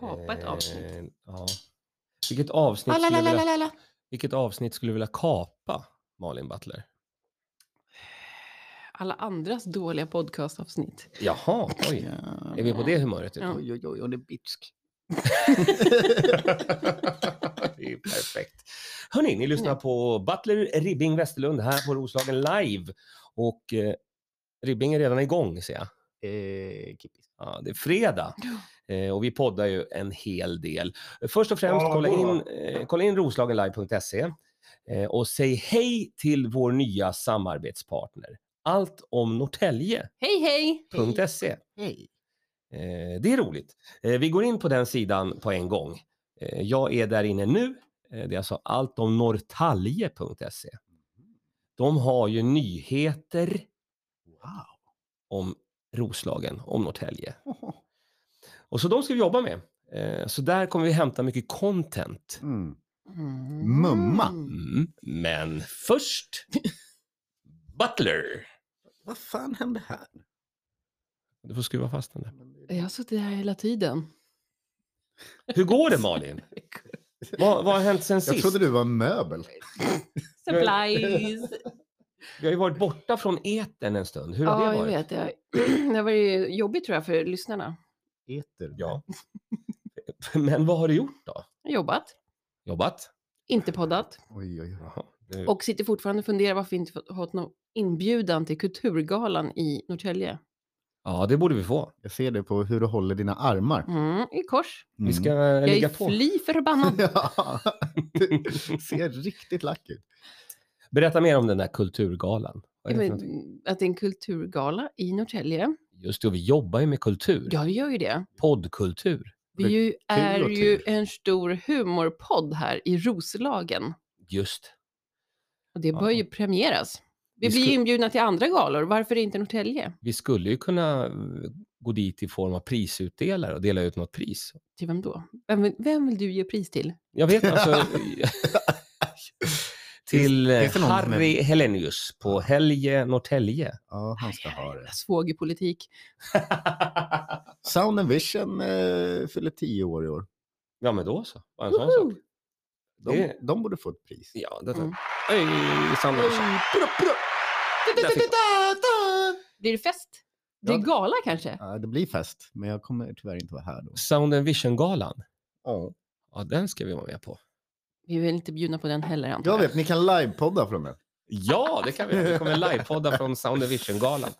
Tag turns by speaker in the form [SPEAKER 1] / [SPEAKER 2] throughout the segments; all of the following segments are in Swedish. [SPEAKER 1] Kapa ett avsnitt. Ah,
[SPEAKER 2] Eh, ja. Vilket avsnitt, skulle du vilja,
[SPEAKER 1] Alalalala.
[SPEAKER 2] vilket avsnitt skulle du vilja kapa, Malin Butler?
[SPEAKER 1] Alla andras dåliga podcastavsnitt.
[SPEAKER 2] Jaha, oj. Är vi på det humöret? idag?
[SPEAKER 1] Ja.
[SPEAKER 3] Oj, oj, oj, hon är bitsk.
[SPEAKER 2] det är ju perfekt. Hörni, ni lyssnar på Butler Ribbing Westerlund här på Roslagen Live. Och eh, Ribbing är redan igång ser jag.
[SPEAKER 3] Eh, kippis.
[SPEAKER 2] Ja, det är fredag eh, och vi poddar ju en hel del. Först och främst,
[SPEAKER 3] Ja,
[SPEAKER 2] kolla,
[SPEAKER 3] då.
[SPEAKER 2] in, eh, kolla in roslagenlive.se eh, och säg hej till vår nya samarbetspartner. Allt om Norrtälje.se.
[SPEAKER 1] Hej, hej!
[SPEAKER 3] Hej.
[SPEAKER 2] Eh, det är roligt. Eh, vi går in på den sidan på en gång. Eh, jag är där inne nu. Eh, det är alltså alltomnorrtalje.se. De har ju nyheter
[SPEAKER 3] Wow.
[SPEAKER 2] om Roslagen, om Norrtälje. Och så de ska vi jobba med. Eh, så där kommer vi hämta mycket content.
[SPEAKER 3] Mm.
[SPEAKER 1] Mm.
[SPEAKER 3] Mumma.
[SPEAKER 2] Mm. Men först, Butler.
[SPEAKER 3] Vad fan hände här?
[SPEAKER 2] Du får skruva fast den där.
[SPEAKER 1] Jag har suttit här hela tiden.
[SPEAKER 2] Hur går det Malin? Vad, vad har hänt sen
[SPEAKER 4] Jag
[SPEAKER 2] sist?
[SPEAKER 4] trodde du var en möbel.
[SPEAKER 1] Supplies!
[SPEAKER 2] Vi har ju varit borta från etern en stund. Hur har
[SPEAKER 1] Ja,
[SPEAKER 2] det
[SPEAKER 1] jag
[SPEAKER 2] varit?
[SPEAKER 1] vet. Jag... Det har varit jobbigt tror jag för lyssnarna.
[SPEAKER 3] Eter.
[SPEAKER 2] Ja. Men vad har du gjort då?
[SPEAKER 1] Jag har jobbat,
[SPEAKER 2] Jobbat?
[SPEAKER 1] inte poddat
[SPEAKER 4] Oj, oj, oj.
[SPEAKER 2] Jaha. Du-
[SPEAKER 1] och sitter fortfarande och funderar varför vi inte fått- fått någon inbjudan till Kulturgalan i Norrtälje.
[SPEAKER 2] Ja, det borde vi få.
[SPEAKER 4] Jag ser det på hur du håller dina armar.
[SPEAKER 1] Mm, I kors.
[SPEAKER 2] Vi ska
[SPEAKER 4] Mm.
[SPEAKER 1] Jag
[SPEAKER 2] ligga
[SPEAKER 1] är
[SPEAKER 2] på.
[SPEAKER 1] fly förbannad.
[SPEAKER 4] Ja, du ser riktigt lack ut.
[SPEAKER 2] Berätta mer om den där kulturgalan. Vad är det för
[SPEAKER 1] Men,
[SPEAKER 2] någonting?
[SPEAKER 1] Att det är en kulturgala i Norrtälje.
[SPEAKER 2] Just det, och vi jobbar ju med kultur.
[SPEAKER 1] Ja, vi gör ju det.
[SPEAKER 2] Poddkultur.
[SPEAKER 1] Vi ju är
[SPEAKER 4] kul.
[SPEAKER 1] ju en stor humorpodd här i Roslagen.
[SPEAKER 2] Just.
[SPEAKER 1] Och det bör
[SPEAKER 2] Ja.
[SPEAKER 1] ju premieras. Vi,
[SPEAKER 2] Vi
[SPEAKER 1] blir
[SPEAKER 2] skulle-
[SPEAKER 1] inbjudna till andra galor. Varför inte Norrtälje?
[SPEAKER 2] Vi skulle ju kunna eh, gå dit i form av prisutdelare och dela ut något pris.
[SPEAKER 1] Till vem då? Vem vill, vem vill du ge pris till?
[SPEAKER 2] Jag vet alltså... till eh,
[SPEAKER 4] Finns det någon som är-
[SPEAKER 2] Harry Hellenius på Helge Norrtälje.
[SPEAKER 4] Ja, han ska ha det.
[SPEAKER 1] Svågerpolitik.
[SPEAKER 4] Sound and Vision eh, fyller tio år i år.
[SPEAKER 2] ja, men då så. Bara en sån sak.
[SPEAKER 4] De,
[SPEAKER 2] Det-
[SPEAKER 4] de borde få ett pris.
[SPEAKER 2] Ja, det
[SPEAKER 1] Mm.
[SPEAKER 2] Öj, Sandra. Där fick
[SPEAKER 1] Blir det fest? Det
[SPEAKER 4] Ja,
[SPEAKER 1] är
[SPEAKER 4] det-
[SPEAKER 1] gala kanske?
[SPEAKER 4] Ja, det blir fest, men jag kommer tyvärr inte vara här då.
[SPEAKER 2] Sound and Vision-galan.
[SPEAKER 4] Ja.
[SPEAKER 2] Ja, den ska vi vara med på.
[SPEAKER 1] Vi vill inte bjudna på den heller antar
[SPEAKER 4] Jag
[SPEAKER 1] jag.
[SPEAKER 4] vet, ni kan livepodda från den.
[SPEAKER 2] Ja, det kan vi. Vi kommer livepodda från Sound and Vision-galan.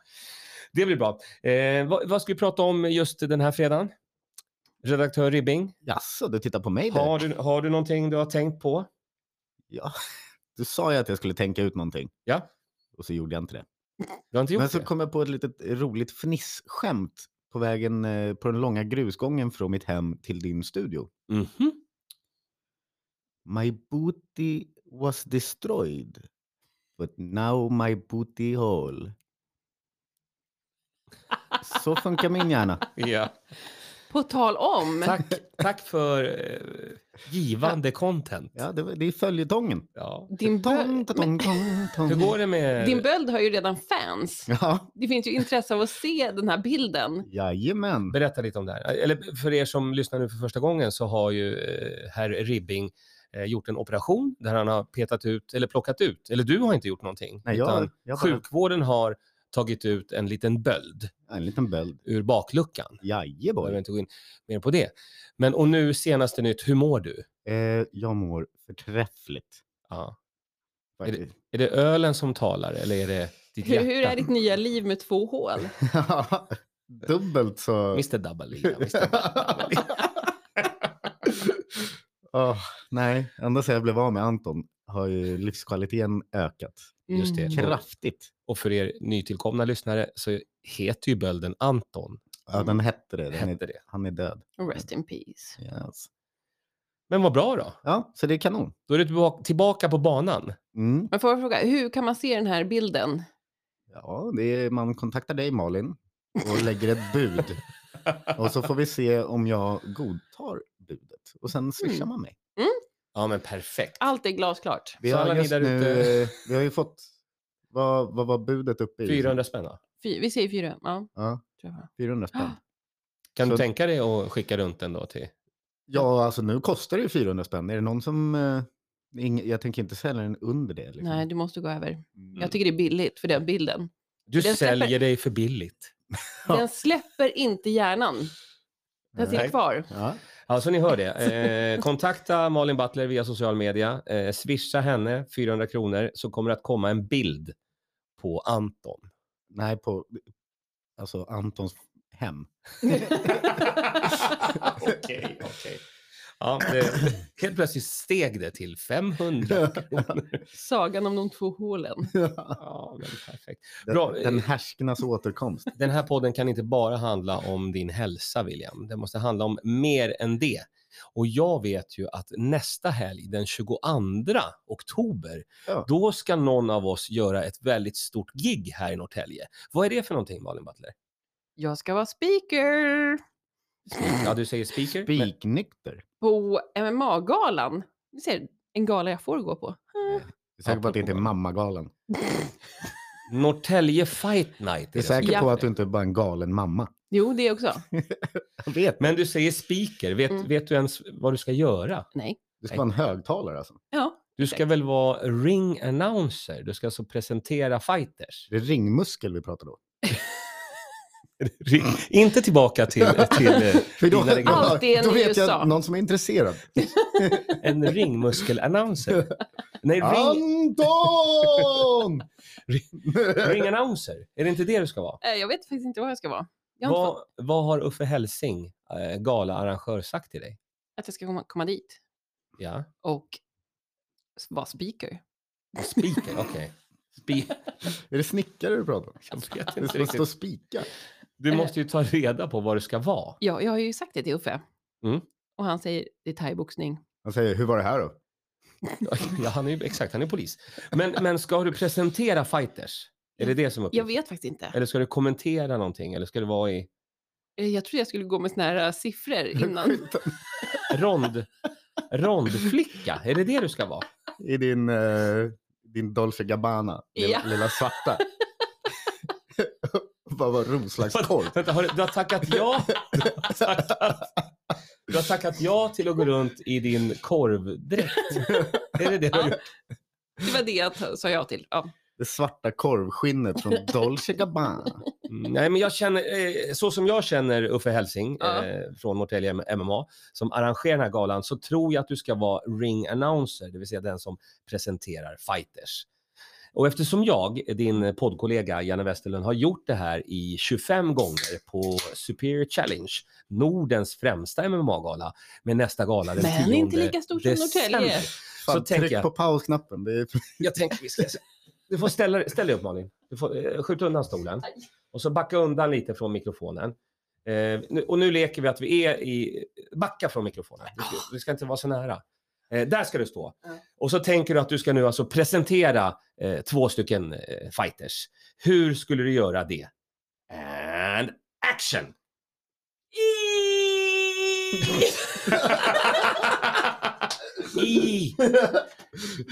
[SPEAKER 2] Det blir bra. Eh, vad, vad ska vi prata om just den här fredagen? Redaktör Ribbing,
[SPEAKER 4] Jaså, Alltså, du tittar på mig där?
[SPEAKER 2] har du, har du någonting du har tänkt på?
[SPEAKER 4] Ja. Du sa ju att jag skulle tänka ut någonting.
[SPEAKER 2] Ja.
[SPEAKER 4] Och så gjorde jag inte det.
[SPEAKER 2] Du har inte gjort
[SPEAKER 4] Men så
[SPEAKER 2] det?
[SPEAKER 4] kom jag på ett litet roligt fnisskämt på vägen eh, på den långa grusgången från mitt hem till din studio. Mm-hmm.
[SPEAKER 2] Mhm.
[SPEAKER 4] My booty was destroyed. But now my booty hole. Så funkar min hjärna.
[SPEAKER 2] Ja.
[SPEAKER 1] På tal om.
[SPEAKER 2] Tack, tack för eh, givande content.
[SPEAKER 4] Ja, det, var- det är följetongen.
[SPEAKER 2] Ja.
[SPEAKER 1] Din,
[SPEAKER 4] Tong,
[SPEAKER 1] böld,
[SPEAKER 4] tong, tong, tong.
[SPEAKER 2] Hur går det med...
[SPEAKER 1] din böld har ju redan fans.
[SPEAKER 4] Ja,
[SPEAKER 1] Det finns ju intresse av att se den här bilden.
[SPEAKER 4] jajamän.
[SPEAKER 2] Berätta lite om det här. Eller för er som lyssnar nu för första gången så har ju eh, herr Ribbing eh, gjort en operation där han har petat ut, eller plockat ut, eller du har inte gjort någonting.
[SPEAKER 4] Nej,
[SPEAKER 2] utan
[SPEAKER 4] jag, jag har bara
[SPEAKER 2] Sjukvården har tagit ut en liten böld
[SPEAKER 4] en liten böld.
[SPEAKER 2] ur bakluckan. Jag behöver
[SPEAKER 4] Jajeboy.
[SPEAKER 2] inte gå in mer på det. Men och nu senaste nytt, hur mår du?
[SPEAKER 4] Eh, jag mår förträffligt.
[SPEAKER 2] Ja.
[SPEAKER 4] faktiskt.
[SPEAKER 2] Är det ölen som talar eller är det ditt
[SPEAKER 1] Hur,
[SPEAKER 2] hjärta?
[SPEAKER 1] hur är ditt nya liv med två hål?
[SPEAKER 4] Ja, Dubbelt så...
[SPEAKER 2] Mr Dabbalina, Mr Dabbalina.
[SPEAKER 4] Åh, nej, ända sedan jag blev av med Anton har ju livskvaliteten ökat
[SPEAKER 2] Just det.
[SPEAKER 1] Mm.
[SPEAKER 4] kraftigt.
[SPEAKER 2] Och för er nytillkomna lyssnare så heter ju bölden Anton.
[SPEAKER 4] Ja, den hette det. Den
[SPEAKER 2] Hette
[SPEAKER 4] är,
[SPEAKER 2] det.
[SPEAKER 4] han är död.
[SPEAKER 1] Mm. Rest in peace.
[SPEAKER 4] Yes.
[SPEAKER 2] Men vad bra då.
[SPEAKER 4] Ja, så det är kanon.
[SPEAKER 2] Då är du tillbaka- tillbaka på banan.
[SPEAKER 4] Mm.
[SPEAKER 1] Men får jag fråga, hur kan man se den här bilden?
[SPEAKER 4] Ja, det är, man kontaktar dig Malin och lägger ett bud. Och så får vi se om jag godtar budet. Och sen swishar
[SPEAKER 1] Mm.
[SPEAKER 4] man mig.
[SPEAKER 2] Ja, men perfekt.
[SPEAKER 1] Allt är glasklart.
[SPEAKER 4] Vi
[SPEAKER 2] Så alla
[SPEAKER 4] har,
[SPEAKER 2] ni
[SPEAKER 4] just
[SPEAKER 2] där
[SPEAKER 4] nu,
[SPEAKER 2] ute-
[SPEAKER 4] eh, vi har ju fått... Vad, vad var budet uppe i?
[SPEAKER 2] 400 spänn va?
[SPEAKER 1] Fy, vi säger fyra. Ja,
[SPEAKER 4] Ja,
[SPEAKER 1] tror jag.
[SPEAKER 4] 400 spänn.
[SPEAKER 2] Kan du
[SPEAKER 4] Så-
[SPEAKER 2] tänka dig att skicka runt den då till...
[SPEAKER 4] Ja, alltså nu kostar det ju 400 spänn. Är det någon som... Eh, ing, jag tänker inte sälja den under det. Liksom.
[SPEAKER 1] Nej, du måste gå över.
[SPEAKER 4] Mm.
[SPEAKER 1] Jag tycker det är billigt för den bilden.
[SPEAKER 2] Du
[SPEAKER 1] Den släpper-
[SPEAKER 2] säljer dig för billigt.
[SPEAKER 4] Ja.
[SPEAKER 1] Den släpper inte hjärnan. Den sitter
[SPEAKER 2] Nej.
[SPEAKER 1] kvar.
[SPEAKER 4] Ja.
[SPEAKER 2] Ja, så ni hör det. Eh, kontakta Malin Butler via social media. Eh, swisha henne 400 kronor så kommer det att komma en bild på Anton.
[SPEAKER 4] Nej, på alltså, Antons hem.
[SPEAKER 2] Okej, okej. Ja, det, helt plötsligt steg det till 500 kronor.
[SPEAKER 1] Sagan om de två hålen.
[SPEAKER 2] Ja, men perfekt.
[SPEAKER 4] Den,
[SPEAKER 2] Bra, eh.
[SPEAKER 4] den härskarnas återkomst.
[SPEAKER 2] Den här podden kan inte bara handla om din hälsa, William. Den måste handla om mer än det. Och jag vet ju att nästa helg, den 22 oktober,
[SPEAKER 4] Ja.
[SPEAKER 2] då ska någon av oss göra ett väldigt stort gig här i Norrtälje. Vad är det för någonting, Malin Butler?
[SPEAKER 1] Jag ska vara speaker
[SPEAKER 2] Ja, du säger speaker. men-
[SPEAKER 4] Spiknykter.
[SPEAKER 1] på MMA-galan. Ni ser, en gala jag får gå på.
[SPEAKER 4] Jag är säker på att det inte är mammagalan.
[SPEAKER 2] Norrtälje Fight Night.
[SPEAKER 4] Jag
[SPEAKER 2] som
[SPEAKER 4] är säker
[SPEAKER 1] Ja.
[SPEAKER 4] på
[SPEAKER 2] heter.
[SPEAKER 4] att du inte är bara en galen mamma.
[SPEAKER 1] Jo, det också.
[SPEAKER 4] Jag vet.
[SPEAKER 2] Men du säger speaker. Vet,
[SPEAKER 1] Mm.
[SPEAKER 2] vet du ens vad du ska göra?
[SPEAKER 1] Nej.
[SPEAKER 4] Det ska vara en högtalare alltså.
[SPEAKER 1] Ja,
[SPEAKER 2] Du ska
[SPEAKER 1] Exakt.
[SPEAKER 2] väl vara ring announcer? Du ska alltså presentera fighters?
[SPEAKER 4] Det är ringmuskel vi pratar då.
[SPEAKER 2] Ring- Inte tillbaka till, till eh,
[SPEAKER 4] För då,
[SPEAKER 2] dina regioner.
[SPEAKER 1] Allt är en
[SPEAKER 4] då
[SPEAKER 1] i
[SPEAKER 4] vet
[SPEAKER 1] USA.
[SPEAKER 4] jag någon som är intresserad.
[SPEAKER 2] En ringmuskelannonser. Nej, ring,
[SPEAKER 4] Anton!
[SPEAKER 2] ringannonser. Är det inte det du ska vara?
[SPEAKER 1] eh, jag vet faktiskt inte vad jag ska vara. Jag har inte fått
[SPEAKER 2] Vad, vad har Uffe Helsing, eh, galaarrangör, sagt till dig?
[SPEAKER 1] att jag ska komma, komma dit
[SPEAKER 2] Ja,
[SPEAKER 1] och s- vara speaker.
[SPEAKER 2] speaker, okej. Spe-
[SPEAKER 4] är det snickare du pratar om?
[SPEAKER 2] jag vet
[SPEAKER 4] Det
[SPEAKER 2] inte
[SPEAKER 4] ska stå
[SPEAKER 2] riktigt.
[SPEAKER 4] spika.
[SPEAKER 2] Du måste ju ta reda på vad du ska vara.
[SPEAKER 1] Ja, jag har ju sagt det till Uffe.
[SPEAKER 2] Mm.
[SPEAKER 1] Och han säger det är thaiboxning.
[SPEAKER 4] Han säger, hur var det här då?
[SPEAKER 2] Ja, han är ju, exakt, han är polis. Men, men ska du presentera fighters? Är det det som är
[SPEAKER 1] Jag
[SPEAKER 2] uppgiften?
[SPEAKER 1] vet faktiskt inte.
[SPEAKER 2] Eller ska du kommentera någonting? Eller ska du vara i
[SPEAKER 1] Eh, Jag trodde jag skulle gå med såna här eh, siffror innan.
[SPEAKER 2] rond, rondflicka? Är det det du ska vara?
[SPEAKER 4] I din, eh, din Dolce Gabbana, lilla,
[SPEAKER 1] Ja.
[SPEAKER 4] lilla svarta. Vad var Roslagskorv?
[SPEAKER 2] Vänta, har du, du har tackat ja. Du har tackat, du har tackat ja till att gå runt i din korvdräkt. Är det det du har gjort?
[SPEAKER 1] Det var det jag ta- sa ja till. Ja.
[SPEAKER 4] Det svarta korvskinnet från Dolce Gabbana.
[SPEAKER 2] Mm, Nej, men jag känner, eh, så som jag känner Uffe Helsing
[SPEAKER 1] Ja.
[SPEAKER 2] eh, från Norrtälje MMA som arrangerar den här galan så tror jag att du ska vara ring announcer, det vill säga den som presenterar fighters. Och eftersom jag, din poddkollega Janne Westerlund, har gjort det här i 25 gånger på Superior Challenge, Nordens främsta MMA-gala, med nästa gala den 10
[SPEAKER 1] Men inte lika stor som
[SPEAKER 2] december.
[SPEAKER 1] Norrtälje.
[SPEAKER 4] Fan,
[SPEAKER 2] Så tänker
[SPEAKER 4] tryck
[SPEAKER 2] jag.
[SPEAKER 4] på pausknappen. Det är...
[SPEAKER 2] Jag tänker vi ska... Du får ställa, ställ dig upp Malin. Du får eh, skjuta undan stolen. Och så backa undan lite från mikrofonen. Eh, nu, och nu leker vi att vi är i... Backa från mikrofonen. Du ska, du ska inte vara så nära. Eh, där ska du stå.
[SPEAKER 1] Ja.
[SPEAKER 2] Och så tänker du att du ska nu alltså presentera eh, två stycken eh, fighters. Hur skulle du göra det? And action! I.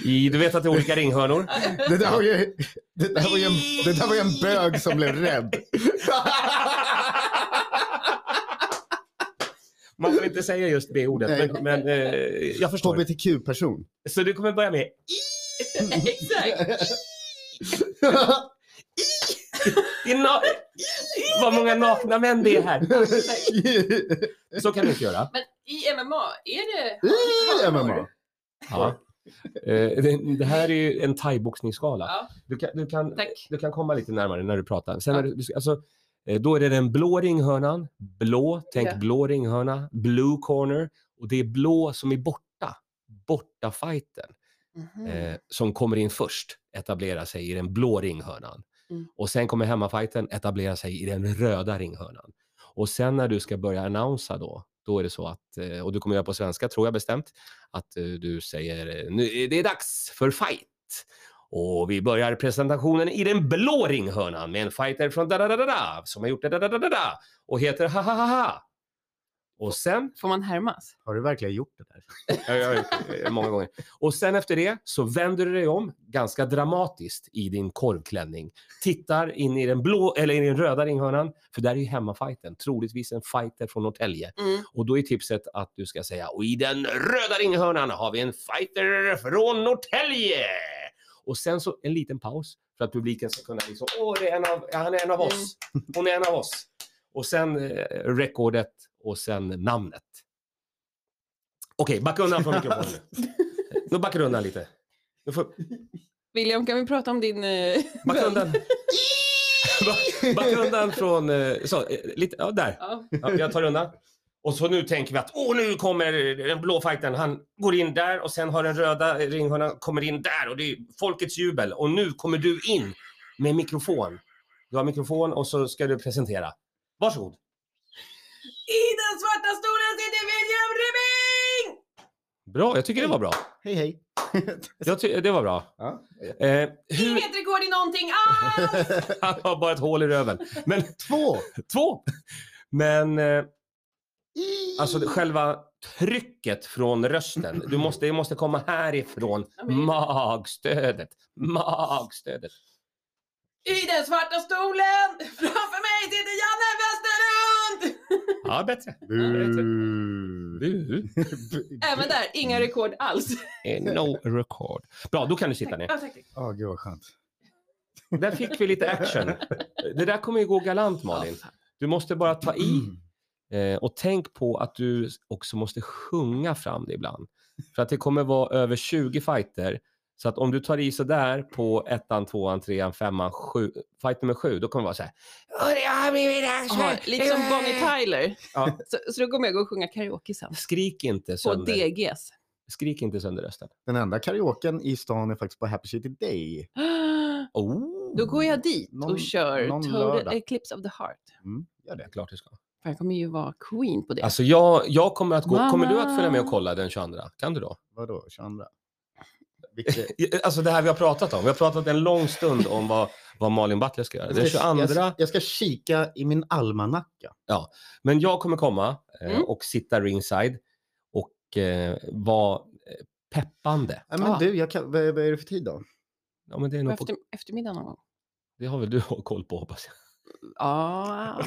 [SPEAKER 2] I, du vet att det är olika ringhörnor?
[SPEAKER 4] Det där var ju, det där var ju, en, det där var ju en bög som blev rädd.
[SPEAKER 2] Man får inte säga just det ordet, men, men eh, jag förstår.
[SPEAKER 4] HBTQ-person.
[SPEAKER 2] Så du kommer börja med
[SPEAKER 1] Exakt.
[SPEAKER 2] i na- vad många nakna män det är här. Så kan du inte göra.
[SPEAKER 1] Men i MMA, är det...
[SPEAKER 4] I MMA.
[SPEAKER 2] Ja. Eh, Det, det här är ju en thaiboxningsskala.
[SPEAKER 1] Ja,
[SPEAKER 2] Du kan, du, kan,
[SPEAKER 1] tack.
[SPEAKER 2] du kan komma lite närmare när du pratar. Sen
[SPEAKER 1] Ja.
[SPEAKER 2] är det, du ska- alltså, eh, då är det den blå ringhörnan, blå, tänk
[SPEAKER 1] Ja.
[SPEAKER 2] blå ringhörna, blue corner och det är blå som är borta, borta fighten.
[SPEAKER 1] Mhm.
[SPEAKER 2] eh, som kommer in först etablera sig i den blå ringhörnan.
[SPEAKER 1] Mm.
[SPEAKER 2] Och sen kommer hemmafajten etablera sig i den röda ringhörnan. Och sen när du ska börja annonsa då, då är det så att, eh, och du kommer göra på svenska tror jag bestämt, att eh, du säger eh, nu, är det är dags för fight. Och vi börjar presentationen i den blå ringhörnan med en fighter från da da da da da som har gjort da da da da da och heter ha ha ha ha. Och sen,
[SPEAKER 1] Får man härmas?
[SPEAKER 4] Har du verkligen gjort det där?
[SPEAKER 2] ja, jag har gjort det många gånger. Och sen efter det så vänder du dig om ganska dramatiskt i din korvklänning. Tittar in i den blå, eller i den röda ringhörnan, för där är ju hemmafajten. Troligtvis en fighter från Norrtälje.
[SPEAKER 1] Mm.
[SPEAKER 2] Och då är tipset att du ska säga och i den röda ringhörnan har vi en fighter från Norrtälje. Och sen så en liten paus för att publiken ska kunna liksom, åh, det är en av, ja, han är en av oss. Hon är en av oss. Och sen eh, rekordet och sen namnet. Okej, backa undan från mikrofonen nu. Nu backar du undan lite. Nu får,
[SPEAKER 1] William, kan vi prata om din... eh,
[SPEAKER 2] backa
[SPEAKER 1] vän?
[SPEAKER 2] undan. Ba- Backa undan från, eh, så, eh, lite, ja där.
[SPEAKER 1] Ja.
[SPEAKER 2] Ja, jag tar undan. Och så nu tänker vi att åh, nu kommer den blå fightern. Han går in där och sen har den röda ringhörnan kommer in där och det är folkets jubel. Och nu kommer du in med mikrofon. Du har mikrofon och så ska du presentera. Varsågod.
[SPEAKER 1] I den svarta stolen sitter William Ribbing!
[SPEAKER 2] Bra, jag tycker det var bra.
[SPEAKER 4] Hej, hej.
[SPEAKER 2] Jag ty- det var bra.
[SPEAKER 4] Ja.
[SPEAKER 2] Eh, hur,
[SPEAKER 1] Inget rekord i någonting Ah! alls!
[SPEAKER 2] han har bara ett hål i röven. Men
[SPEAKER 4] Två!
[SPEAKER 2] två. Men eh, alltså det- själva trycket från rösten. Du måste, det måste komma härifrån.
[SPEAKER 1] Ja, men-
[SPEAKER 2] Magstödet. Magstödet.
[SPEAKER 1] I den svarta stolen framför mig sitter Janne Westerlund!
[SPEAKER 2] Ja, bättre.
[SPEAKER 4] Bu.
[SPEAKER 2] Bu.
[SPEAKER 1] Även där, inga rekord alls.
[SPEAKER 2] Eh, No record. Bra, då kan du sitta ner.
[SPEAKER 1] Ja, tack, tack.
[SPEAKER 4] Ja, gud vad skönt.
[SPEAKER 2] Där fick vi lite action. Det där kommer ju gå galant, Malin. Du måste bara ta
[SPEAKER 4] Mm.
[SPEAKER 2] i eh, och tänk på att du också måste sjunga fram det ibland. För att det kommer vara över 20 fighter. Så att om du tar i sådär på ettan, tvåan, trean, femman, sju, fight nummer sju, då kommer det vara så här. "Och det har blivit action."
[SPEAKER 1] Aha, liksom Bonnie Tyler.
[SPEAKER 2] Ja.
[SPEAKER 1] Så, så då kommer jag gå och sjunga karaoke
[SPEAKER 2] Eh.
[SPEAKER 1] sen.
[SPEAKER 2] Skrik inte
[SPEAKER 1] På
[SPEAKER 2] sönder,
[SPEAKER 1] DGs.
[SPEAKER 2] skrik inte sönder rösten.
[SPEAKER 4] Den enda karaoken i stan är faktiskt på Happy City Day.
[SPEAKER 2] Oh.
[SPEAKER 1] Då går jag dit
[SPEAKER 4] Någon-
[SPEAKER 1] och kör
[SPEAKER 4] någon
[SPEAKER 1] Total
[SPEAKER 4] lördag.
[SPEAKER 1] Eclipse of the Heart.
[SPEAKER 4] Mm, gör det.
[SPEAKER 2] Klart du ska.
[SPEAKER 1] För jag kommer ju vara queen på det.
[SPEAKER 2] Alltså jag, jag kommer att gå. Kommer du att
[SPEAKER 1] Mamma.
[SPEAKER 2] följa med och kolla den 22? Kan du då?
[SPEAKER 4] Vadå, 22? Vilket...
[SPEAKER 2] Alltså det här vi har pratat om. Vi har pratat en lång stund om vad, vad Malin Butler ska göra. Den
[SPEAKER 4] Jag ska-
[SPEAKER 2] 22.
[SPEAKER 4] Jag, jag ska kika i min almanacka.
[SPEAKER 2] Men jag kommer komma eh,
[SPEAKER 1] Mm.
[SPEAKER 2] och sitta ringside och eh, vara eh, peppande.
[SPEAKER 4] Nej, men
[SPEAKER 1] Ah.
[SPEAKER 4] du, jag kan, vad, vad är det för tid då?
[SPEAKER 2] Ja, men det, är
[SPEAKER 1] På
[SPEAKER 2] nog på,
[SPEAKER 1] efter, eftermiddag någon gång.
[SPEAKER 2] det har väl du koll på hoppas jag.
[SPEAKER 1] Ja,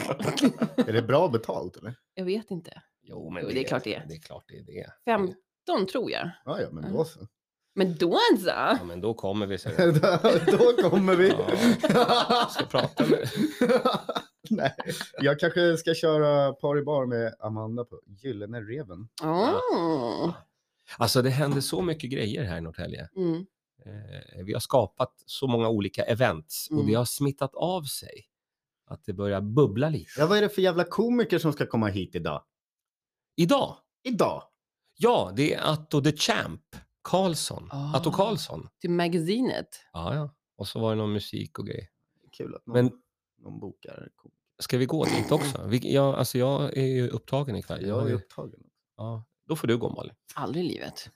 [SPEAKER 4] Är det bra betalt eller?
[SPEAKER 1] jag vet inte.
[SPEAKER 2] Jo, men
[SPEAKER 1] Jo, det är klart det är.
[SPEAKER 2] Det är klart det är det.
[SPEAKER 1] 15 tror jag.
[SPEAKER 4] Ja, ja, men då så.
[SPEAKER 1] Men då alltså. så.
[SPEAKER 2] Ja, men då kommer vi. säger jag.
[SPEAKER 4] då, då kommer vi.
[SPEAKER 2] Ska prata med...
[SPEAKER 4] Nej, jag kanske ska köra par i bar med Amanda på Gyllene Reven.
[SPEAKER 1] Oh.
[SPEAKER 2] Alltså det händer så mycket grejer här i Norrtälje.
[SPEAKER 1] Mm.
[SPEAKER 2] Eh, vi har skapat så många olika events och
[SPEAKER 1] Mm.
[SPEAKER 2] det har smittat av sig. Att det börjar bubbla lite.
[SPEAKER 4] Ja, vad är det för jävla komiker som ska komma hit idag?
[SPEAKER 2] Idag
[SPEAKER 4] Idag?
[SPEAKER 2] Ja, det är Atto the Champ Karlsson.
[SPEAKER 1] Ah.
[SPEAKER 2] Atto Karlsson.
[SPEAKER 1] Till magasinet.
[SPEAKER 2] Ja, ja. Och så var det någon musik och grej.
[SPEAKER 4] Kul att någon,
[SPEAKER 2] Men
[SPEAKER 4] någon bokar komiker.
[SPEAKER 2] ska vi gå dit också? Vi, jag, alltså jag är ju upptagen ikväll.
[SPEAKER 4] Jag
[SPEAKER 2] har
[SPEAKER 4] är
[SPEAKER 2] ju-
[SPEAKER 4] upptagen.
[SPEAKER 2] ja. Då får du gå Malin.
[SPEAKER 1] Aldrig i livet.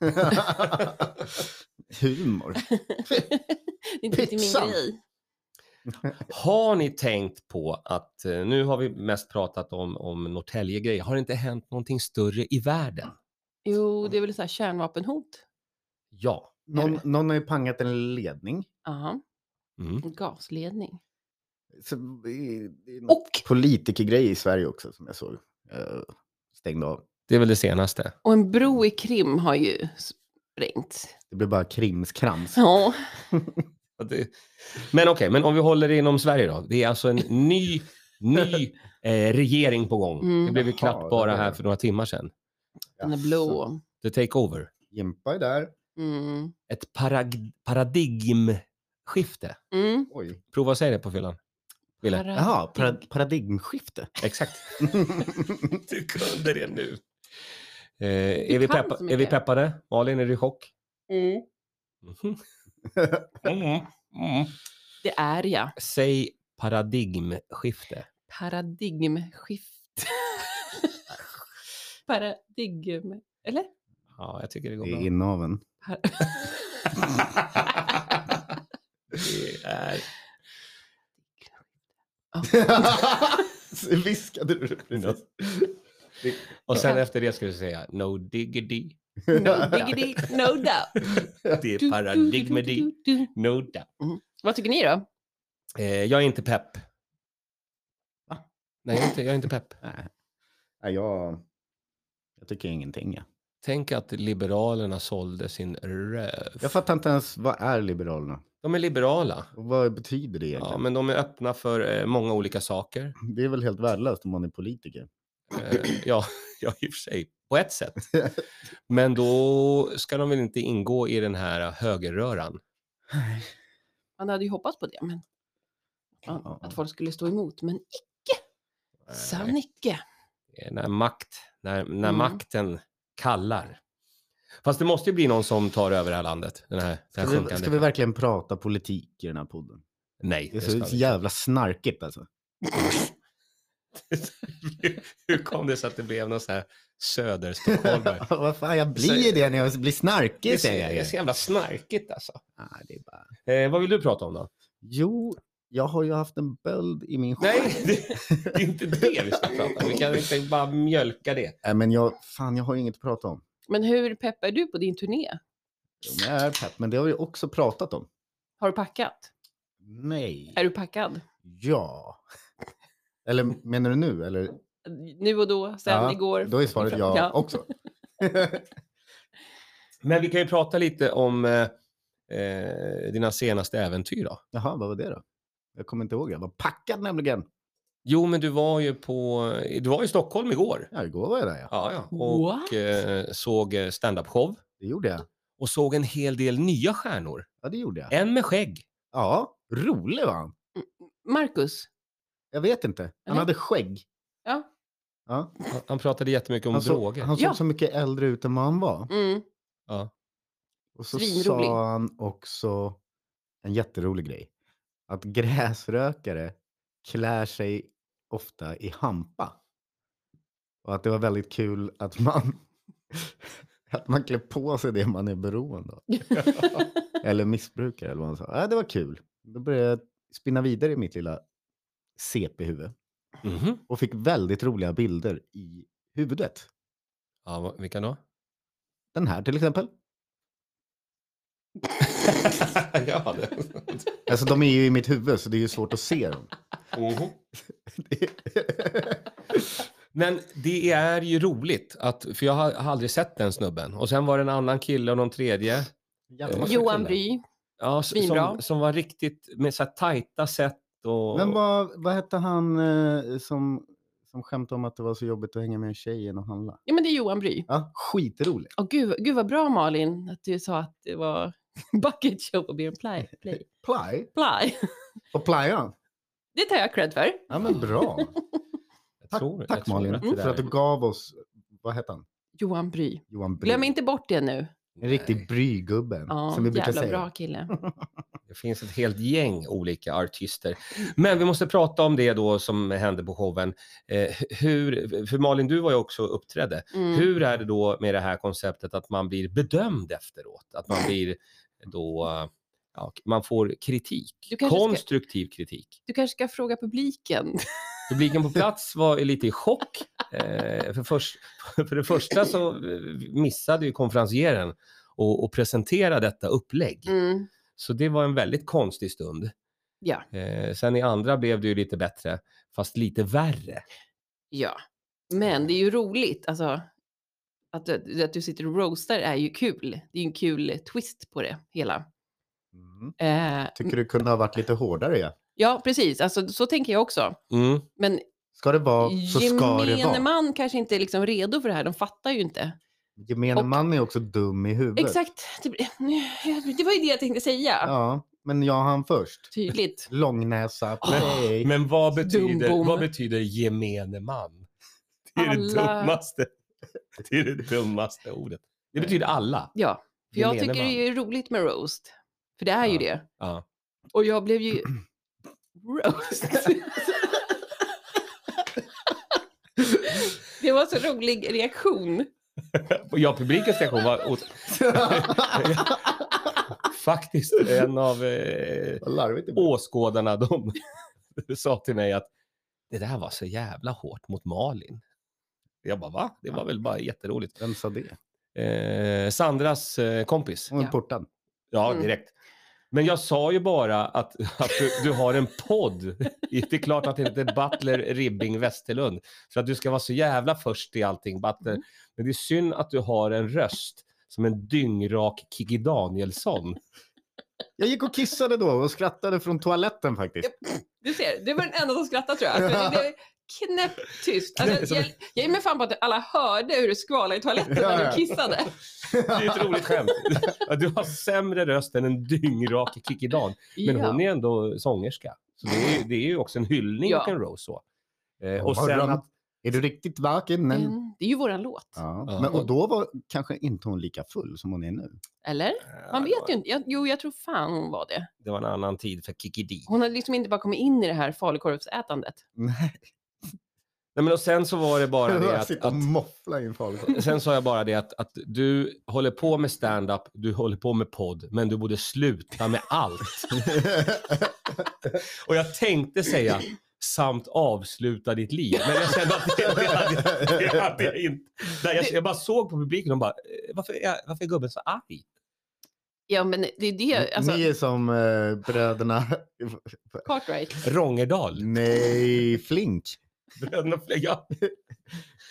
[SPEAKER 4] Humor.
[SPEAKER 1] det är inte riktigt
[SPEAKER 4] Pizzan.
[SPEAKER 1] min grej.
[SPEAKER 2] Har ni tänkt på att eh, nu har vi mest pratat om, om Norrtälje-grejer. Har det inte hänt någonting större i världen?
[SPEAKER 1] Jo, det är väl så här kärnvapenhot.
[SPEAKER 2] Ja.
[SPEAKER 4] Någon, någon har ju pangat en ledning.
[SPEAKER 1] Aha.
[SPEAKER 2] Mm.
[SPEAKER 1] Gasledning.
[SPEAKER 4] Så, det är- det är någon
[SPEAKER 1] Och,
[SPEAKER 4] politikergrej i Sverige också som jag såg. Eh, stängde av.
[SPEAKER 2] Det är väl det senaste.
[SPEAKER 1] och en bro i Krim har ju sprängts.
[SPEAKER 4] Det blev bara krimskrams.
[SPEAKER 1] Ja.
[SPEAKER 2] Ja, det- Men okej, men om vi håller det inom Sverige då. Det är alltså en ny, ny eh, regering på gång.
[SPEAKER 1] Mm.
[SPEAKER 2] Det blev ju
[SPEAKER 4] Jaha,
[SPEAKER 2] knappt
[SPEAKER 4] det
[SPEAKER 2] bara
[SPEAKER 4] var
[SPEAKER 2] här
[SPEAKER 4] det.
[SPEAKER 2] för några timmar sedan.
[SPEAKER 1] Den är blå.
[SPEAKER 2] The Takeover.
[SPEAKER 4] Jimpa är där.
[SPEAKER 1] Mm.
[SPEAKER 2] Ett parag- paradigmskifte.
[SPEAKER 1] Mm.
[SPEAKER 4] Oj.
[SPEAKER 2] Prova att säga det på fyllan. Ville.
[SPEAKER 1] Parad-
[SPEAKER 4] Jaha, para- paradigmskifte.
[SPEAKER 2] Exakt. Du kunde det nu. Eh, är, vi
[SPEAKER 1] kan
[SPEAKER 2] peppa-
[SPEAKER 1] så
[SPEAKER 2] är vi
[SPEAKER 1] mycket.
[SPEAKER 2] peppade? Malin, är du i chock?
[SPEAKER 1] Mm.
[SPEAKER 2] Mhm. Mm. Mm.
[SPEAKER 1] Det är jag.
[SPEAKER 2] Säg paradigmskifte.
[SPEAKER 1] Paradigmskift. Paradigm... Eller?
[SPEAKER 2] Ja, jag tycker det går
[SPEAKER 4] Det
[SPEAKER 2] bra.
[SPEAKER 4] är inaveln.
[SPEAKER 1] Par-
[SPEAKER 2] Det är...
[SPEAKER 4] Viskade du det precis?
[SPEAKER 2] Och sen efter det ska du säga no diggity,
[SPEAKER 1] No diggity, no doubt.
[SPEAKER 2] det är paradigmedy, no doubt.
[SPEAKER 1] Vad tycker ni då?
[SPEAKER 2] Eh, jag är inte pepp.
[SPEAKER 4] Va?
[SPEAKER 2] Nej, jag är inte, jag är inte pepp.
[SPEAKER 4] Nej. Nej, jag, jag tycker ingenting. Ja.
[SPEAKER 2] Tänk att Liberalerna sålde sin röv.
[SPEAKER 4] Jag fattar inte ens, vad är Liberalerna?
[SPEAKER 2] De är liberala.
[SPEAKER 4] Och vad betyder det egentligen?
[SPEAKER 2] Ja, men de är öppna för eh, många olika saker.
[SPEAKER 4] Det är väl helt värdelöst om man är politiker.
[SPEAKER 2] Eh, ja, ja, i och för sig. På ett sätt. Men då ska de väl inte ingå i den här högerröran.
[SPEAKER 1] Man hade ju hoppats på det, men ja,
[SPEAKER 4] Ja.
[SPEAKER 1] att folk skulle stå emot. Men
[SPEAKER 2] Eh,
[SPEAKER 1] sann icke.
[SPEAKER 2] eh, När, makt, när, när
[SPEAKER 1] Mm.
[SPEAKER 2] makten kallar. Fast det måste ju bli någon som tar över det här landet. Den här, det här
[SPEAKER 4] Ska vi,
[SPEAKER 2] sjunkande-
[SPEAKER 4] ska vi verkligen prata politik i den här podden?
[SPEAKER 2] Nej,
[SPEAKER 4] Det är
[SPEAKER 2] det ska
[SPEAKER 4] så,
[SPEAKER 2] vi
[SPEAKER 4] så jävla snarkigt alltså.
[SPEAKER 2] Hur kom det sig att det blev någon sån här söderstockholmare?
[SPEAKER 4] vad fan, jag blir
[SPEAKER 2] Så-
[SPEAKER 4] det när jag blir
[SPEAKER 2] Det är
[SPEAKER 4] snarkig
[SPEAKER 2] så-
[SPEAKER 4] säger jag
[SPEAKER 2] det är
[SPEAKER 4] ju.
[SPEAKER 2] så jävla snarkigt alltså.
[SPEAKER 4] Nej, det är bara...
[SPEAKER 2] Eh, vad vill du prata om då?
[SPEAKER 4] Jo, jag har ju haft en böld i min
[SPEAKER 2] Nej, det, det är inte det vi ska prata om. Vi kan inte bara mjölka det.
[SPEAKER 4] Nej, Äh, men jag, fan, jag har ju inget att prata om.
[SPEAKER 1] Men hur pepp är du på din turné?
[SPEAKER 4] Jo, men Jag är pepp, men det har vi också pratat om.
[SPEAKER 1] Har du packat?
[SPEAKER 4] Nej.
[SPEAKER 1] Är du packad?
[SPEAKER 4] Ja. Eller menar du nu? Eller?
[SPEAKER 1] Nu och då, sen
[SPEAKER 4] Ja,
[SPEAKER 1] igår?
[SPEAKER 4] Då är svaret ja,
[SPEAKER 1] Ja.
[SPEAKER 4] också.
[SPEAKER 2] Men vi kan ju prata lite om eh, eh, dina senaste äventyr då.
[SPEAKER 4] Jaha, vad var det då? Jag kommer inte ihåg. Jag var packad nämligen.
[SPEAKER 2] Jo, men du var ju på, du var i Stockholm igår.
[SPEAKER 4] Ja, igår var jag där ja.
[SPEAKER 2] Ja, ja.
[SPEAKER 1] What?
[SPEAKER 2] Och eh, såg eh, stand-up-show
[SPEAKER 4] Det gjorde jag.
[SPEAKER 2] och såg en hel del nya stjärnor.
[SPEAKER 4] Ja, det gjorde jag.
[SPEAKER 2] En med skägg.
[SPEAKER 4] Ja, rolig var han.
[SPEAKER 1] Marcus?
[SPEAKER 4] Jag vet inte. Han
[SPEAKER 1] Eller?
[SPEAKER 4] hade skägg.
[SPEAKER 1] Ja.
[SPEAKER 4] Ja.
[SPEAKER 2] Han, han pratade jättemycket om
[SPEAKER 4] Han, såg,
[SPEAKER 2] droger.
[SPEAKER 4] han såg
[SPEAKER 1] Ja.
[SPEAKER 4] så mycket äldre ut än vad han var.
[SPEAKER 1] Mm.
[SPEAKER 4] Och så
[SPEAKER 1] Svinrolig.
[SPEAKER 4] sa han också en jätterolig grej. Att gräsrökare klär sig ofta i hampa. Och att det var väldigt kul att man, att man klär på sig det man är beroende av. Eller missbrukar eller vad han sa. Ja, det var kul. Då började jag spinna vidare i mitt lilla CP-huvud.
[SPEAKER 2] Mhm.
[SPEAKER 4] Och fick väldigt roliga bilder i huvudet.
[SPEAKER 2] Ja, vad- vilka då?
[SPEAKER 4] Den här till exempel.
[SPEAKER 2] ja, det.
[SPEAKER 4] Alltså de är ju i mitt huvud så det är ju svårt att se dem.
[SPEAKER 2] Mhm. Men det är ju roligt, att, för jag har, har aldrig sett den snubben. Och sen var det en annan kille och någon tredje.
[SPEAKER 4] Jävla massa
[SPEAKER 1] Johan
[SPEAKER 4] killar.
[SPEAKER 1] Bry.
[SPEAKER 2] Ja, s-
[SPEAKER 1] Svinbra.
[SPEAKER 2] som, som var riktigt med så här tajta sätt och...
[SPEAKER 4] Men vad, vad hette han eh, som, som skämtade om att det var så jobbigt att hänga med tjejen och handla?
[SPEAKER 1] Ja, men det är Johan Bry.
[SPEAKER 4] Ja, skitroligt.
[SPEAKER 1] Åh gud, gud vad bra Malin att du sa att det var bucket show och beer and play. play.
[SPEAKER 4] Ply
[SPEAKER 1] Fly.
[SPEAKER 4] och plyan.
[SPEAKER 1] Det tar jag cred för.
[SPEAKER 4] Ja, men bra.
[SPEAKER 2] jag
[SPEAKER 4] Tack,
[SPEAKER 2] tror, jag
[SPEAKER 4] tack
[SPEAKER 2] tror
[SPEAKER 4] Malin
[SPEAKER 2] att det
[SPEAKER 4] för att
[SPEAKER 2] där-
[SPEAKER 4] du gav oss, vad hette han?
[SPEAKER 1] Johan Bry.
[SPEAKER 4] Johan Bry.
[SPEAKER 1] Glöm inte bort det nu.
[SPEAKER 4] En riktig brygubbe.
[SPEAKER 1] Ja,
[SPEAKER 4] som vi brukar
[SPEAKER 1] jävla
[SPEAKER 4] säga.
[SPEAKER 1] bra kille.
[SPEAKER 2] Det finns ett helt gäng olika artister. Men vi måste prata om det då som hände på showen. Eh, hur, för Malin, du var ju också och uppträdde.
[SPEAKER 1] Mm.
[SPEAKER 2] Hur är det då med det här konceptet att man blir bedömd efteråt? Att man blir då... Ja, man får kritik.
[SPEAKER 1] Du kanske ska-
[SPEAKER 2] Konstruktiv kritik.
[SPEAKER 1] Du kanske ska fråga publiken.
[SPEAKER 2] Publiken på plats var lite i chock. Eh, för, först, för det första så eh, missade ju konferencieren och, och presentera detta upplägg.
[SPEAKER 1] Mm.
[SPEAKER 2] Så det var en väldigt konstig stund.
[SPEAKER 1] Ja.
[SPEAKER 2] Eh, sen i andra blev det ju lite bättre, fast lite värre.
[SPEAKER 1] Ja, men det är ju roligt. Alltså, att, du- att du sitter och roastar är ju kul. Det är ju en kul twist på det hela.
[SPEAKER 4] Mm.
[SPEAKER 1] Eh,
[SPEAKER 4] Tycker du kunde ha varit lite hårdare? Ja.
[SPEAKER 1] ja, precis. Alltså, så tänker jag också.
[SPEAKER 2] Mm.
[SPEAKER 1] Men
[SPEAKER 4] Ska det vara så ska det
[SPEAKER 1] gemene
[SPEAKER 4] vara.
[SPEAKER 1] man kanske inte är liksom redo för det här. De fattar ju inte.
[SPEAKER 4] Gemene
[SPEAKER 1] Och-
[SPEAKER 4] man är också dum i huvudet.
[SPEAKER 1] Exakt. Det, det var ju det jag tänkte säga.
[SPEAKER 4] Ja, men jag han först.
[SPEAKER 1] Tydligt.
[SPEAKER 4] Långnäsa,
[SPEAKER 2] Men-
[SPEAKER 4] play.
[SPEAKER 2] Men vad betyder,
[SPEAKER 1] Dumbom.
[SPEAKER 2] vad betyder gemene man? Det är det
[SPEAKER 1] Alla.
[SPEAKER 2] dummaste. Det är det dummaste ordet. Det betyder alla.
[SPEAKER 1] Ja, för jag
[SPEAKER 2] Gemene
[SPEAKER 1] tycker
[SPEAKER 2] man.
[SPEAKER 1] det är roligt med roast. För det är ju
[SPEAKER 2] Ja.
[SPEAKER 1] det.
[SPEAKER 2] Ja.
[SPEAKER 1] Och jag blev ju... Roast. det var så rolig reaktion.
[SPEAKER 2] Ja, publikens reaktion var åt- faktiskt en av eh,
[SPEAKER 4] Vad larvigt det blev.
[SPEAKER 2] åskådarna, de sa till mig att det där var så jävla hårt mot Malin. Jag bara, va? Det var väl bara jätteroligt.
[SPEAKER 4] Vem sa det?
[SPEAKER 2] Eh, Sandras eh, kompis.
[SPEAKER 4] Hon är
[SPEAKER 1] Ja.
[SPEAKER 4] portad.
[SPEAKER 2] Ja,
[SPEAKER 1] Mm.
[SPEAKER 2] direkt. Men jag sa ju bara att, att du, du har en podd. Det är klart att det heter Butler Ribbing Westerlund. För att du ska vara så jävla först i allting, Butler.
[SPEAKER 1] Mm.
[SPEAKER 2] Men det är synd att du har en röst som en dyngrak Kikki Danielsson.
[SPEAKER 4] Jag gick och kissade då och skrattade från toaletten faktiskt.
[SPEAKER 1] Du ser, du var den enda som skrattade tror jag. För det- det är knäpptyst. Alltså, jag, jag är med fan på att alla hörde hur du skvalade i toaletten när du kissade.
[SPEAKER 2] Det är ett roligt skämt. Att Du har sämre röst än en dyngrak Kikki Dan. Men hon är ändå sångerska. Så det är, det är ju också en hyllning
[SPEAKER 1] Ja.
[SPEAKER 2] åt en Rose. Så. Eh,
[SPEAKER 4] God
[SPEAKER 2] och sen
[SPEAKER 4] morgon.
[SPEAKER 2] att
[SPEAKER 4] Är du riktigt vaken?
[SPEAKER 1] ja.
[SPEAKER 4] Men...
[SPEAKER 1] Mm, Det är ju våran låt.
[SPEAKER 4] Ja.
[SPEAKER 2] Ja.
[SPEAKER 4] Men, och då var kanske inte hon lika full som hon är nu.
[SPEAKER 1] Eller? Man vet ju inte. Jag, jo, jag tror fan hon var det.
[SPEAKER 2] det var en annan tid för Kikki Dee.
[SPEAKER 1] Hon hade liksom inte bara kommit in i det här falukorvsätandet.
[SPEAKER 4] Nej,
[SPEAKER 2] Nej, men och sen så var det bara det att,
[SPEAKER 4] sitter och
[SPEAKER 2] att
[SPEAKER 4] moffla i en falukorv.
[SPEAKER 2] Sen sa jag bara det att, att du håller på med stand-up, du håller på med podd, men du borde sluta med allt. Och jag tänkte säga samt avsluta ditt liv. Men jag kände att det, det, hade, jag- det hade jag inte. Nej, jag, jag bara såg på publiken och bara, eh, varför är, jag- varför är gubben så arg?
[SPEAKER 1] Ja, men det är det. Alltså,
[SPEAKER 4] Ni är som eh, bröderna...
[SPEAKER 1] Cartwright.
[SPEAKER 2] Rångedal.
[SPEAKER 4] Nej, Flink.
[SPEAKER 2] Bröderna Fle- Ja,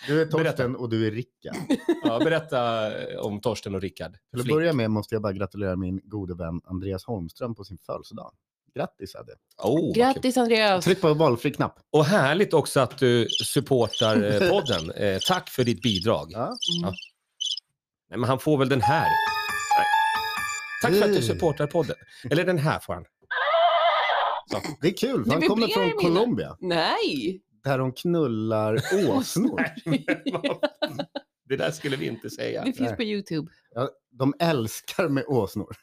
[SPEAKER 4] Du är Torsten
[SPEAKER 2] Berätta.
[SPEAKER 4] och du är Rickard.
[SPEAKER 2] ja, berätta eh, om Torsten och Rickard.
[SPEAKER 4] Till att
[SPEAKER 2] Flink.
[SPEAKER 4] börja med måste jag bara gratulera min gode vän Andreas Holmström på sin födelsedag. Grattis Adde!
[SPEAKER 2] Oh, vad kul.
[SPEAKER 1] Grattis Andreas!
[SPEAKER 4] Tryck på valfri knapp.
[SPEAKER 2] och härligt också att du supportar eh, podden. Eh, Tack för ditt bidrag.
[SPEAKER 4] Ja.
[SPEAKER 1] Mm.
[SPEAKER 2] Nej, men han får väl den här. Nej. Tack för att du supportar podden. Eller den här får han.
[SPEAKER 4] Det är kul, för
[SPEAKER 1] Det
[SPEAKER 4] han
[SPEAKER 1] blir
[SPEAKER 4] kommer
[SPEAKER 1] fler
[SPEAKER 4] från
[SPEAKER 1] minnen.
[SPEAKER 4] Colombia.
[SPEAKER 1] Nej!
[SPEAKER 4] Där de knullar åsnor.
[SPEAKER 2] Det där skulle vi inte säga.
[SPEAKER 1] Det finns
[SPEAKER 4] nej.
[SPEAKER 1] på Youtube.
[SPEAKER 4] Ja, de älskar med åsnor.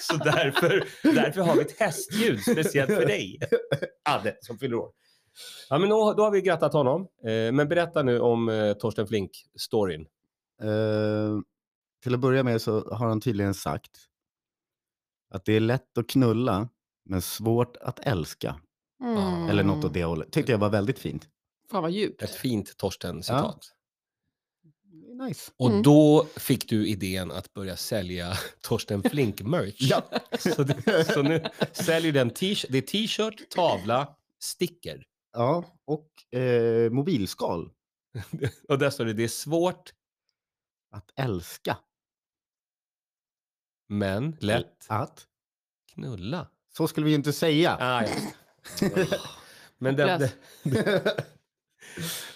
[SPEAKER 2] Så därför, därför har vi ett hästljud speciellt för dig. Adde, som fyller år. Ja, men då, då har vi grattat honom. Eh, men berätta nu om eh, Torsten Flink-storyn.
[SPEAKER 4] Eh, till att börja med så har han tydligen sagt att det är lätt att knulla men svårt att älska.
[SPEAKER 2] Ja.
[SPEAKER 4] Eller något åt det hållet. Tyckte jag var väldigt fint.
[SPEAKER 1] Mm. Fan vad djupt.
[SPEAKER 2] Ett fint Torsten-citat.
[SPEAKER 4] Nice.
[SPEAKER 2] Och
[SPEAKER 1] Mm.
[SPEAKER 2] då fick du idén att börja sälja Torsten Flink-merch.
[SPEAKER 4] Ja.
[SPEAKER 2] Så, det, så nu säljer den t-shirt, det är t-shirt, tavla, sticker.
[SPEAKER 4] Ja, och eh, mobilskal.
[SPEAKER 2] Och där står det, det är svårt,
[SPEAKER 4] Att älska.
[SPEAKER 2] men lätt
[SPEAKER 4] Att.
[SPEAKER 2] knulla.
[SPEAKER 4] Så skulle vi ju inte säga.
[SPEAKER 2] Ah, ja. men, den, den,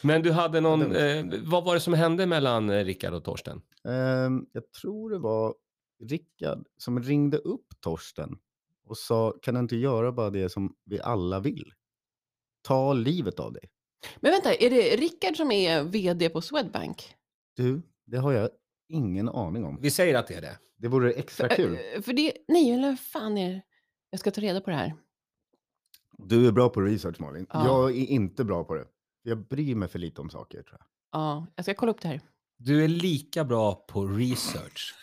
[SPEAKER 2] men du hade någon, eh, vad var det som hände mellan eh, Rickard och Torsten?
[SPEAKER 4] Ehm, jag tror det var Rickard som ringde upp Torsten och sa, kan du inte göra bara det som vi alla vill? Ta livet av dig.
[SPEAKER 1] Men vänta, är det Rickard som är VD på Swedbank?
[SPEAKER 4] Du, det har jag ingen aning om.
[SPEAKER 2] Vi säger att det är det.
[SPEAKER 4] Det vore extra kul.
[SPEAKER 1] Äh, För det, nej, eller vad fan är det? Jag ska ta reda på det här.
[SPEAKER 4] Du är bra på research Malin.
[SPEAKER 1] Ja.
[SPEAKER 4] Jag är inte bra på det. Jag bryr mig för lite om saker tror jag.
[SPEAKER 1] Ja, jag ska kolla upp det här.
[SPEAKER 2] Du är lika bra på research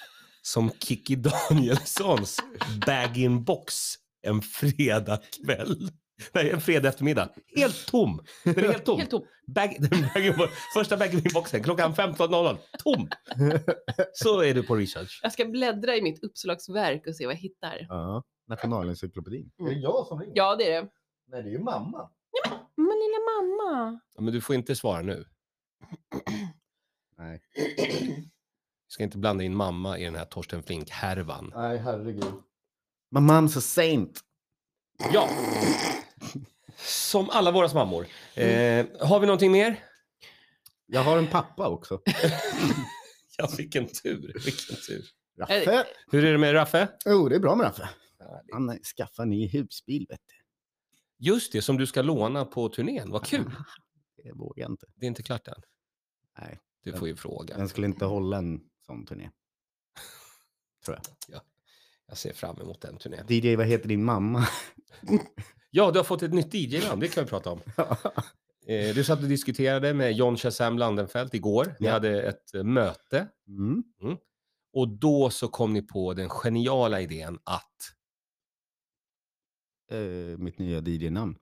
[SPEAKER 2] som Kikki Danielssons bag-in-box en fredagkväll. Nej, en fredag eftermiddag. Helt tom. Den är helt tom.
[SPEAKER 1] Helt tom.
[SPEAKER 2] Bag, bag, första bag-in-boxen klockan 15.00. Tom. Så är du på research.
[SPEAKER 1] Jag ska bläddra i mitt uppslagsverk och se vad jag hittar.
[SPEAKER 4] Ja. Nationalencyklopedin.
[SPEAKER 1] Mm. Är det
[SPEAKER 4] jag som ringer?
[SPEAKER 1] Ja, det är det.
[SPEAKER 4] Nej, det är ju mamma.
[SPEAKER 1] Men lilla mamma.
[SPEAKER 2] Ja, Men du får inte svara nu.
[SPEAKER 4] Nej,
[SPEAKER 2] Vi ska inte blanda in mamma i den här Torsten Flink-härvan.
[SPEAKER 4] Nej herregud. My mom's a saint.
[SPEAKER 2] Ja. Som alla våra mammor. Eh, har vi någonting mer?
[SPEAKER 4] Jag har en pappa också.
[SPEAKER 2] Ja, vilken tur. Vilken tur.
[SPEAKER 4] Raffe.
[SPEAKER 2] Hur är det med Raffe?
[SPEAKER 4] Jo, det är bra med Raffe. Han eh, skaffar ny husbil, vet du.
[SPEAKER 2] Just det, som du ska låna på turnén. Vad kul.
[SPEAKER 4] Det vågar jag inte.
[SPEAKER 2] Det är inte klart än.
[SPEAKER 4] Nej.
[SPEAKER 2] Du får ju fråga.
[SPEAKER 4] Den skulle inte hålla en sån turné.
[SPEAKER 2] Jag ser fram emot den turnén.
[SPEAKER 4] DJ, vad heter din mamma?
[SPEAKER 2] Ja, du har fått ett nytt DJ-namn. Det kan vi prata om. Eh, du satt och diskuterade med John Shazam Landenfelt igår. Ni
[SPEAKER 4] Ja.
[SPEAKER 2] hade ett eh, möte.
[SPEAKER 4] Mm.
[SPEAKER 2] Och då så kom ni på den geniala idén att...
[SPEAKER 4] Eh, mitt nya DJ-namn.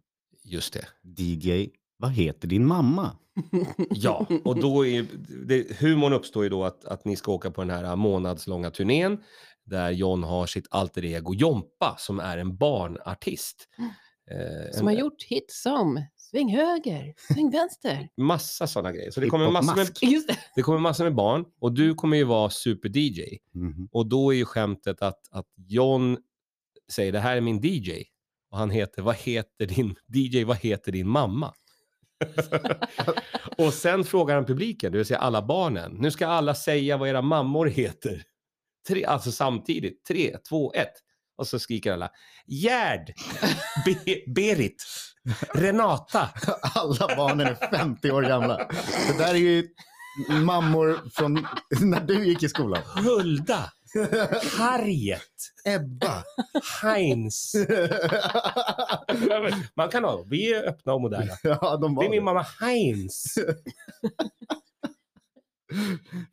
[SPEAKER 2] Just det.
[SPEAKER 4] DJ Vad heter din mamma?
[SPEAKER 2] Ja, och då är ju- det, humorn uppstår ju då att, att ni ska åka på den här månadslånga turnén där John har sitt alter ego Jompa som är en barnartist. Eh,
[SPEAKER 1] Som har gjort hits som Sväng höger, sväng vänster.
[SPEAKER 2] massa sådana grejer. Så det kommer, massor med,
[SPEAKER 4] Hiphopmask.
[SPEAKER 1] Just det.
[SPEAKER 2] det kommer massor med barn och du kommer ju vara super-DJ.
[SPEAKER 4] Mhm.
[SPEAKER 2] Och då är ju skämtet att, att John säger det här är min DJ. Och han heter, vad heter din DJ, vad heter din mamma? och sen frågar han publiken, det vill säga alla barnen. Nu ska alla säga vad era mammor heter. Tre, alltså samtidigt, tre, två, ett. Och så skriker alla, Gerd, Be- Berit, Renata.
[SPEAKER 4] Alla barnen är 50 år gamla. Det där är ju mammor från när du gick i skolan.
[SPEAKER 2] Hulda, Harriet,
[SPEAKER 4] Ebba.
[SPEAKER 2] Heinz. Man kan ha, vi är öppna och moderna.
[SPEAKER 4] Ja, de var
[SPEAKER 2] Det är min
[SPEAKER 4] det.
[SPEAKER 2] mamma Heinz.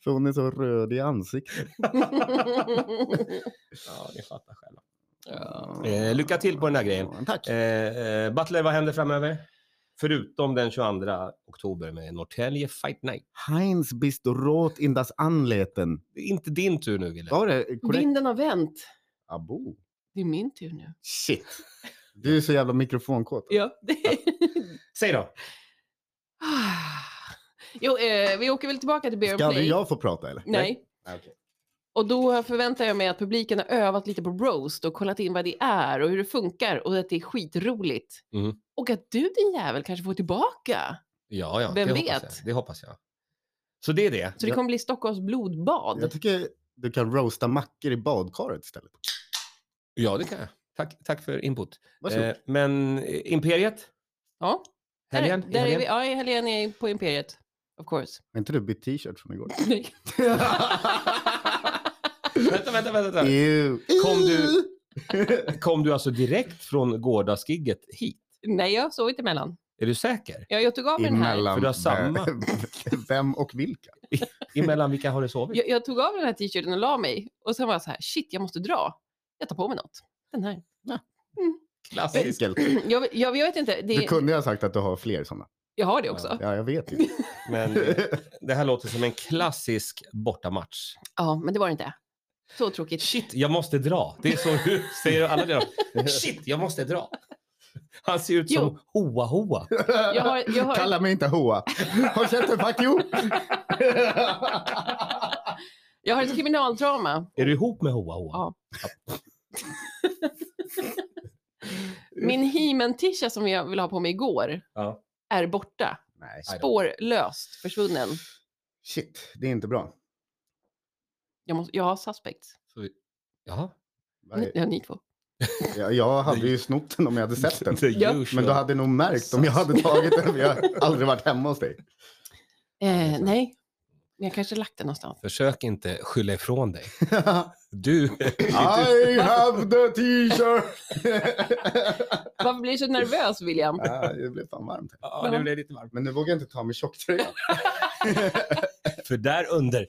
[SPEAKER 4] För hon är så röd i ansiktet.
[SPEAKER 2] Ja, ni fattar själva.
[SPEAKER 1] Ja.
[SPEAKER 2] Eh, lycka till på den här grejen.
[SPEAKER 4] Tack.
[SPEAKER 2] Eh, eh, Butler, vad händer framöver? Förutom den 22 oktober med Norrtälje Fight Night.
[SPEAKER 4] Heinz bist du rot in das Anleten.
[SPEAKER 2] Det är inte din tur nu, Wille.
[SPEAKER 4] Var det korrekt?
[SPEAKER 1] Vinden har vänt.
[SPEAKER 4] Abo.
[SPEAKER 1] Det är min tur nu.
[SPEAKER 4] Shit. Du är så jävla mikrofonkåt.
[SPEAKER 1] Ja.
[SPEAKER 2] Säg då.
[SPEAKER 1] jo, eh, vi åker väl tillbaka till Bear
[SPEAKER 4] Ska
[SPEAKER 1] Play.
[SPEAKER 4] aldrig jag få prata eller?
[SPEAKER 1] Nej. Och då förväntar jag mig att publiken har övat lite på roast och kollat in vad det är och hur det funkar och att det är skitroligt.
[SPEAKER 2] Mm.
[SPEAKER 1] Och att du din jävel kanske får tillbaka.
[SPEAKER 2] Ja, ja.
[SPEAKER 1] Vem
[SPEAKER 2] det
[SPEAKER 1] vet?
[SPEAKER 2] Hoppas jag. Det hoppas jag. Så det är det.
[SPEAKER 1] Så det
[SPEAKER 4] Jag-
[SPEAKER 1] kommer bli Stockholms blodbad.
[SPEAKER 4] Jag tycker du kan roasta mackor i badkaret istället.
[SPEAKER 2] Ja, det kan jag. Tack, tack för input.
[SPEAKER 4] Varsågod.
[SPEAKER 2] Eh, men eh, Imperiet?
[SPEAKER 1] Ja.
[SPEAKER 2] Helgen?
[SPEAKER 1] Där,
[SPEAKER 2] I
[SPEAKER 1] där är
[SPEAKER 2] helgen?
[SPEAKER 1] vi, ja, i helgen är på Imperiet. Of course.
[SPEAKER 4] Har inte du bytt t-shirt från igår?
[SPEAKER 1] Nej.
[SPEAKER 2] Vänta, vänta, vänta. vänta.
[SPEAKER 4] Ew.
[SPEAKER 2] Kom du- Kom du alltså direkt från gårdagsgigget hit?
[SPEAKER 1] Nej, jag sov inte emellan.
[SPEAKER 2] Är du säker?
[SPEAKER 1] Jag, jag tog av mig den här.
[SPEAKER 4] Emellan.
[SPEAKER 2] För du har samma.
[SPEAKER 4] Vem och vilka?
[SPEAKER 2] Emellan vilka har du sovit?
[SPEAKER 1] Jag, jag tog av mig den här t-shirten och la mig. Och sen var jag så här, shit, jag måste dra. Jag tar på mig något. Den här.
[SPEAKER 2] Klassiskt.
[SPEAKER 4] Enkelt.
[SPEAKER 1] Jag, jag, jag vet inte.
[SPEAKER 4] Du
[SPEAKER 1] Det,
[SPEAKER 4] kunde ju ha sagt att du har fler sådana.
[SPEAKER 1] Jag har det också.
[SPEAKER 4] Ja, jag vet ju.
[SPEAKER 2] Men eh, det här låter som en klassisk bortamatch.
[SPEAKER 1] Ja, men det var det inte. Så tråkigt.
[SPEAKER 2] Shit, jag måste dra. Det är så du säger alla delar. Shit, jag måste dra. Han ser ut som Hoa Hoa.
[SPEAKER 1] Jag har, jag har,
[SPEAKER 4] Kalla mig inte hoa. Håll käften, fuck you!
[SPEAKER 1] Jag har ett kriminaltrauma.
[SPEAKER 2] Är du ihop med Hoa Hoa?
[SPEAKER 1] Ja. Min He-Man-tisha som jag ville ha på mig igår
[SPEAKER 2] Ja.
[SPEAKER 1] är borta.
[SPEAKER 4] Nej,
[SPEAKER 1] Spårlöst försvunnen.
[SPEAKER 4] shit. Det är inte bra.
[SPEAKER 1] Jag, måste, jag har suspects.
[SPEAKER 2] Så, ja.
[SPEAKER 1] Ni, ja, ni två.
[SPEAKER 4] Jag, jag hade ju snott den om jag hade sett den.
[SPEAKER 2] The
[SPEAKER 1] Ja.
[SPEAKER 2] usual.
[SPEAKER 4] Men du hade nog märkt om jag hade tagit den, för jag har aldrig varit hemma hos dig.
[SPEAKER 1] Eh, nej, men jag kanske lagt den någonstans.
[SPEAKER 2] Försök inte skylla ifrån dig. Du...
[SPEAKER 4] I have the t-shirt!
[SPEAKER 1] Varför blir du så nervös, William?
[SPEAKER 4] ah, det blev fan varmt. här.
[SPEAKER 2] Ja, det blev lite varmt.
[SPEAKER 4] Men nu vågar jag inte ta min tjocktröja.
[SPEAKER 2] För där under.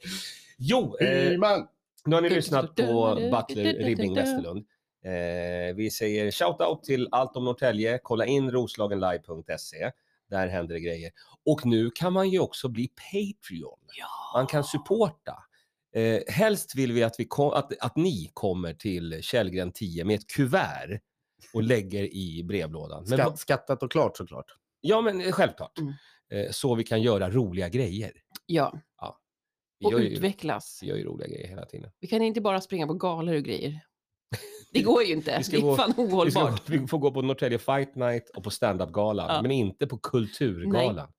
[SPEAKER 2] Jo, eh,
[SPEAKER 4] Iman!
[SPEAKER 2] Nu har ni lyssnat på Butler Ribbing Westerlund. Eh, vi säger shout-out till allt om Norrtälje. Kolla in roslagenlive.se. Där händer det grejer. Och nu kan man ju också bli Patreon. Man kan supporta. Eh, helst vill vi, att, vi kom, att, att ni kommer till Källgren 10 med ett kuvert och lägger i brevlådan. Men,
[SPEAKER 4] Skatt, skattat och klart såklart.
[SPEAKER 2] ja, men eh, självklart.
[SPEAKER 1] Mm.
[SPEAKER 2] Eh, så vi kan göra roliga grejer.
[SPEAKER 1] Ja,
[SPEAKER 2] Vi
[SPEAKER 1] och
[SPEAKER 2] gör ju,
[SPEAKER 1] utvecklas.
[SPEAKER 2] vi gör ju roliga grejer hela tiden.
[SPEAKER 1] Vi kan inte bara springa på galor och grejer. Det går ju inte.
[SPEAKER 2] Vi ska
[SPEAKER 1] Det är
[SPEAKER 2] gå-
[SPEAKER 1] fan
[SPEAKER 2] Vi, ska,
[SPEAKER 1] ohållbart.
[SPEAKER 2] vi får gå på Norrtälje Fight Night och på standup-galan,
[SPEAKER 1] Ja.
[SPEAKER 2] men inte på Kulturgalan.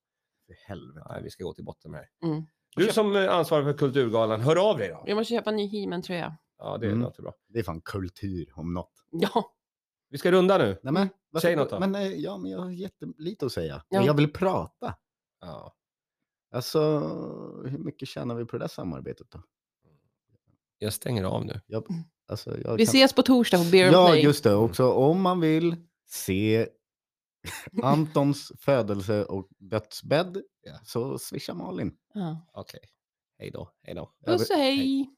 [SPEAKER 4] För helvete.
[SPEAKER 2] Nej. vi ska gå till botten med det här.
[SPEAKER 1] Mm.
[SPEAKER 2] Du som är ansvarig för Kulturgalan, hör av dig då.
[SPEAKER 1] Jag måste köpa en ny He-Man-tröja.
[SPEAKER 2] Ja, det
[SPEAKER 4] Mm.
[SPEAKER 2] låter bra.
[SPEAKER 4] Det är fan kultur om något.
[SPEAKER 1] Ja,
[SPEAKER 2] Vi ska runda nu.
[SPEAKER 4] Nej, men, varför-
[SPEAKER 2] Säg något då.
[SPEAKER 4] Men, eh, ja, men jag har jättelite att säga.
[SPEAKER 1] Ja.
[SPEAKER 4] Men jag vill prata.
[SPEAKER 2] Ja.
[SPEAKER 4] Alltså, hur mycket tjänar vi på det där samarbetet då?
[SPEAKER 2] Jag stänger av nu.
[SPEAKER 4] Alltså, jag
[SPEAKER 1] Mm. vi
[SPEAKER 4] kan-
[SPEAKER 1] ses på torsdag på Beer and
[SPEAKER 4] Ja,
[SPEAKER 1] Play.
[SPEAKER 4] just det. Också om man vill se Antons födelse och dödsbädd
[SPEAKER 2] Ja.
[SPEAKER 4] så swisha Malin.
[SPEAKER 1] Ja.
[SPEAKER 2] Okej. Hej då. Hej då.
[SPEAKER 1] Puss och hej!